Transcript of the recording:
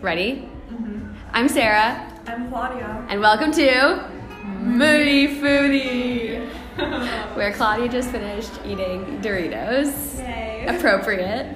Ready? I'm Sarah, Mm-hmm. I'm Claudia. and welcome to Moody Foodie. Where Claudia just finished eating Doritos. Yay. Appropriate.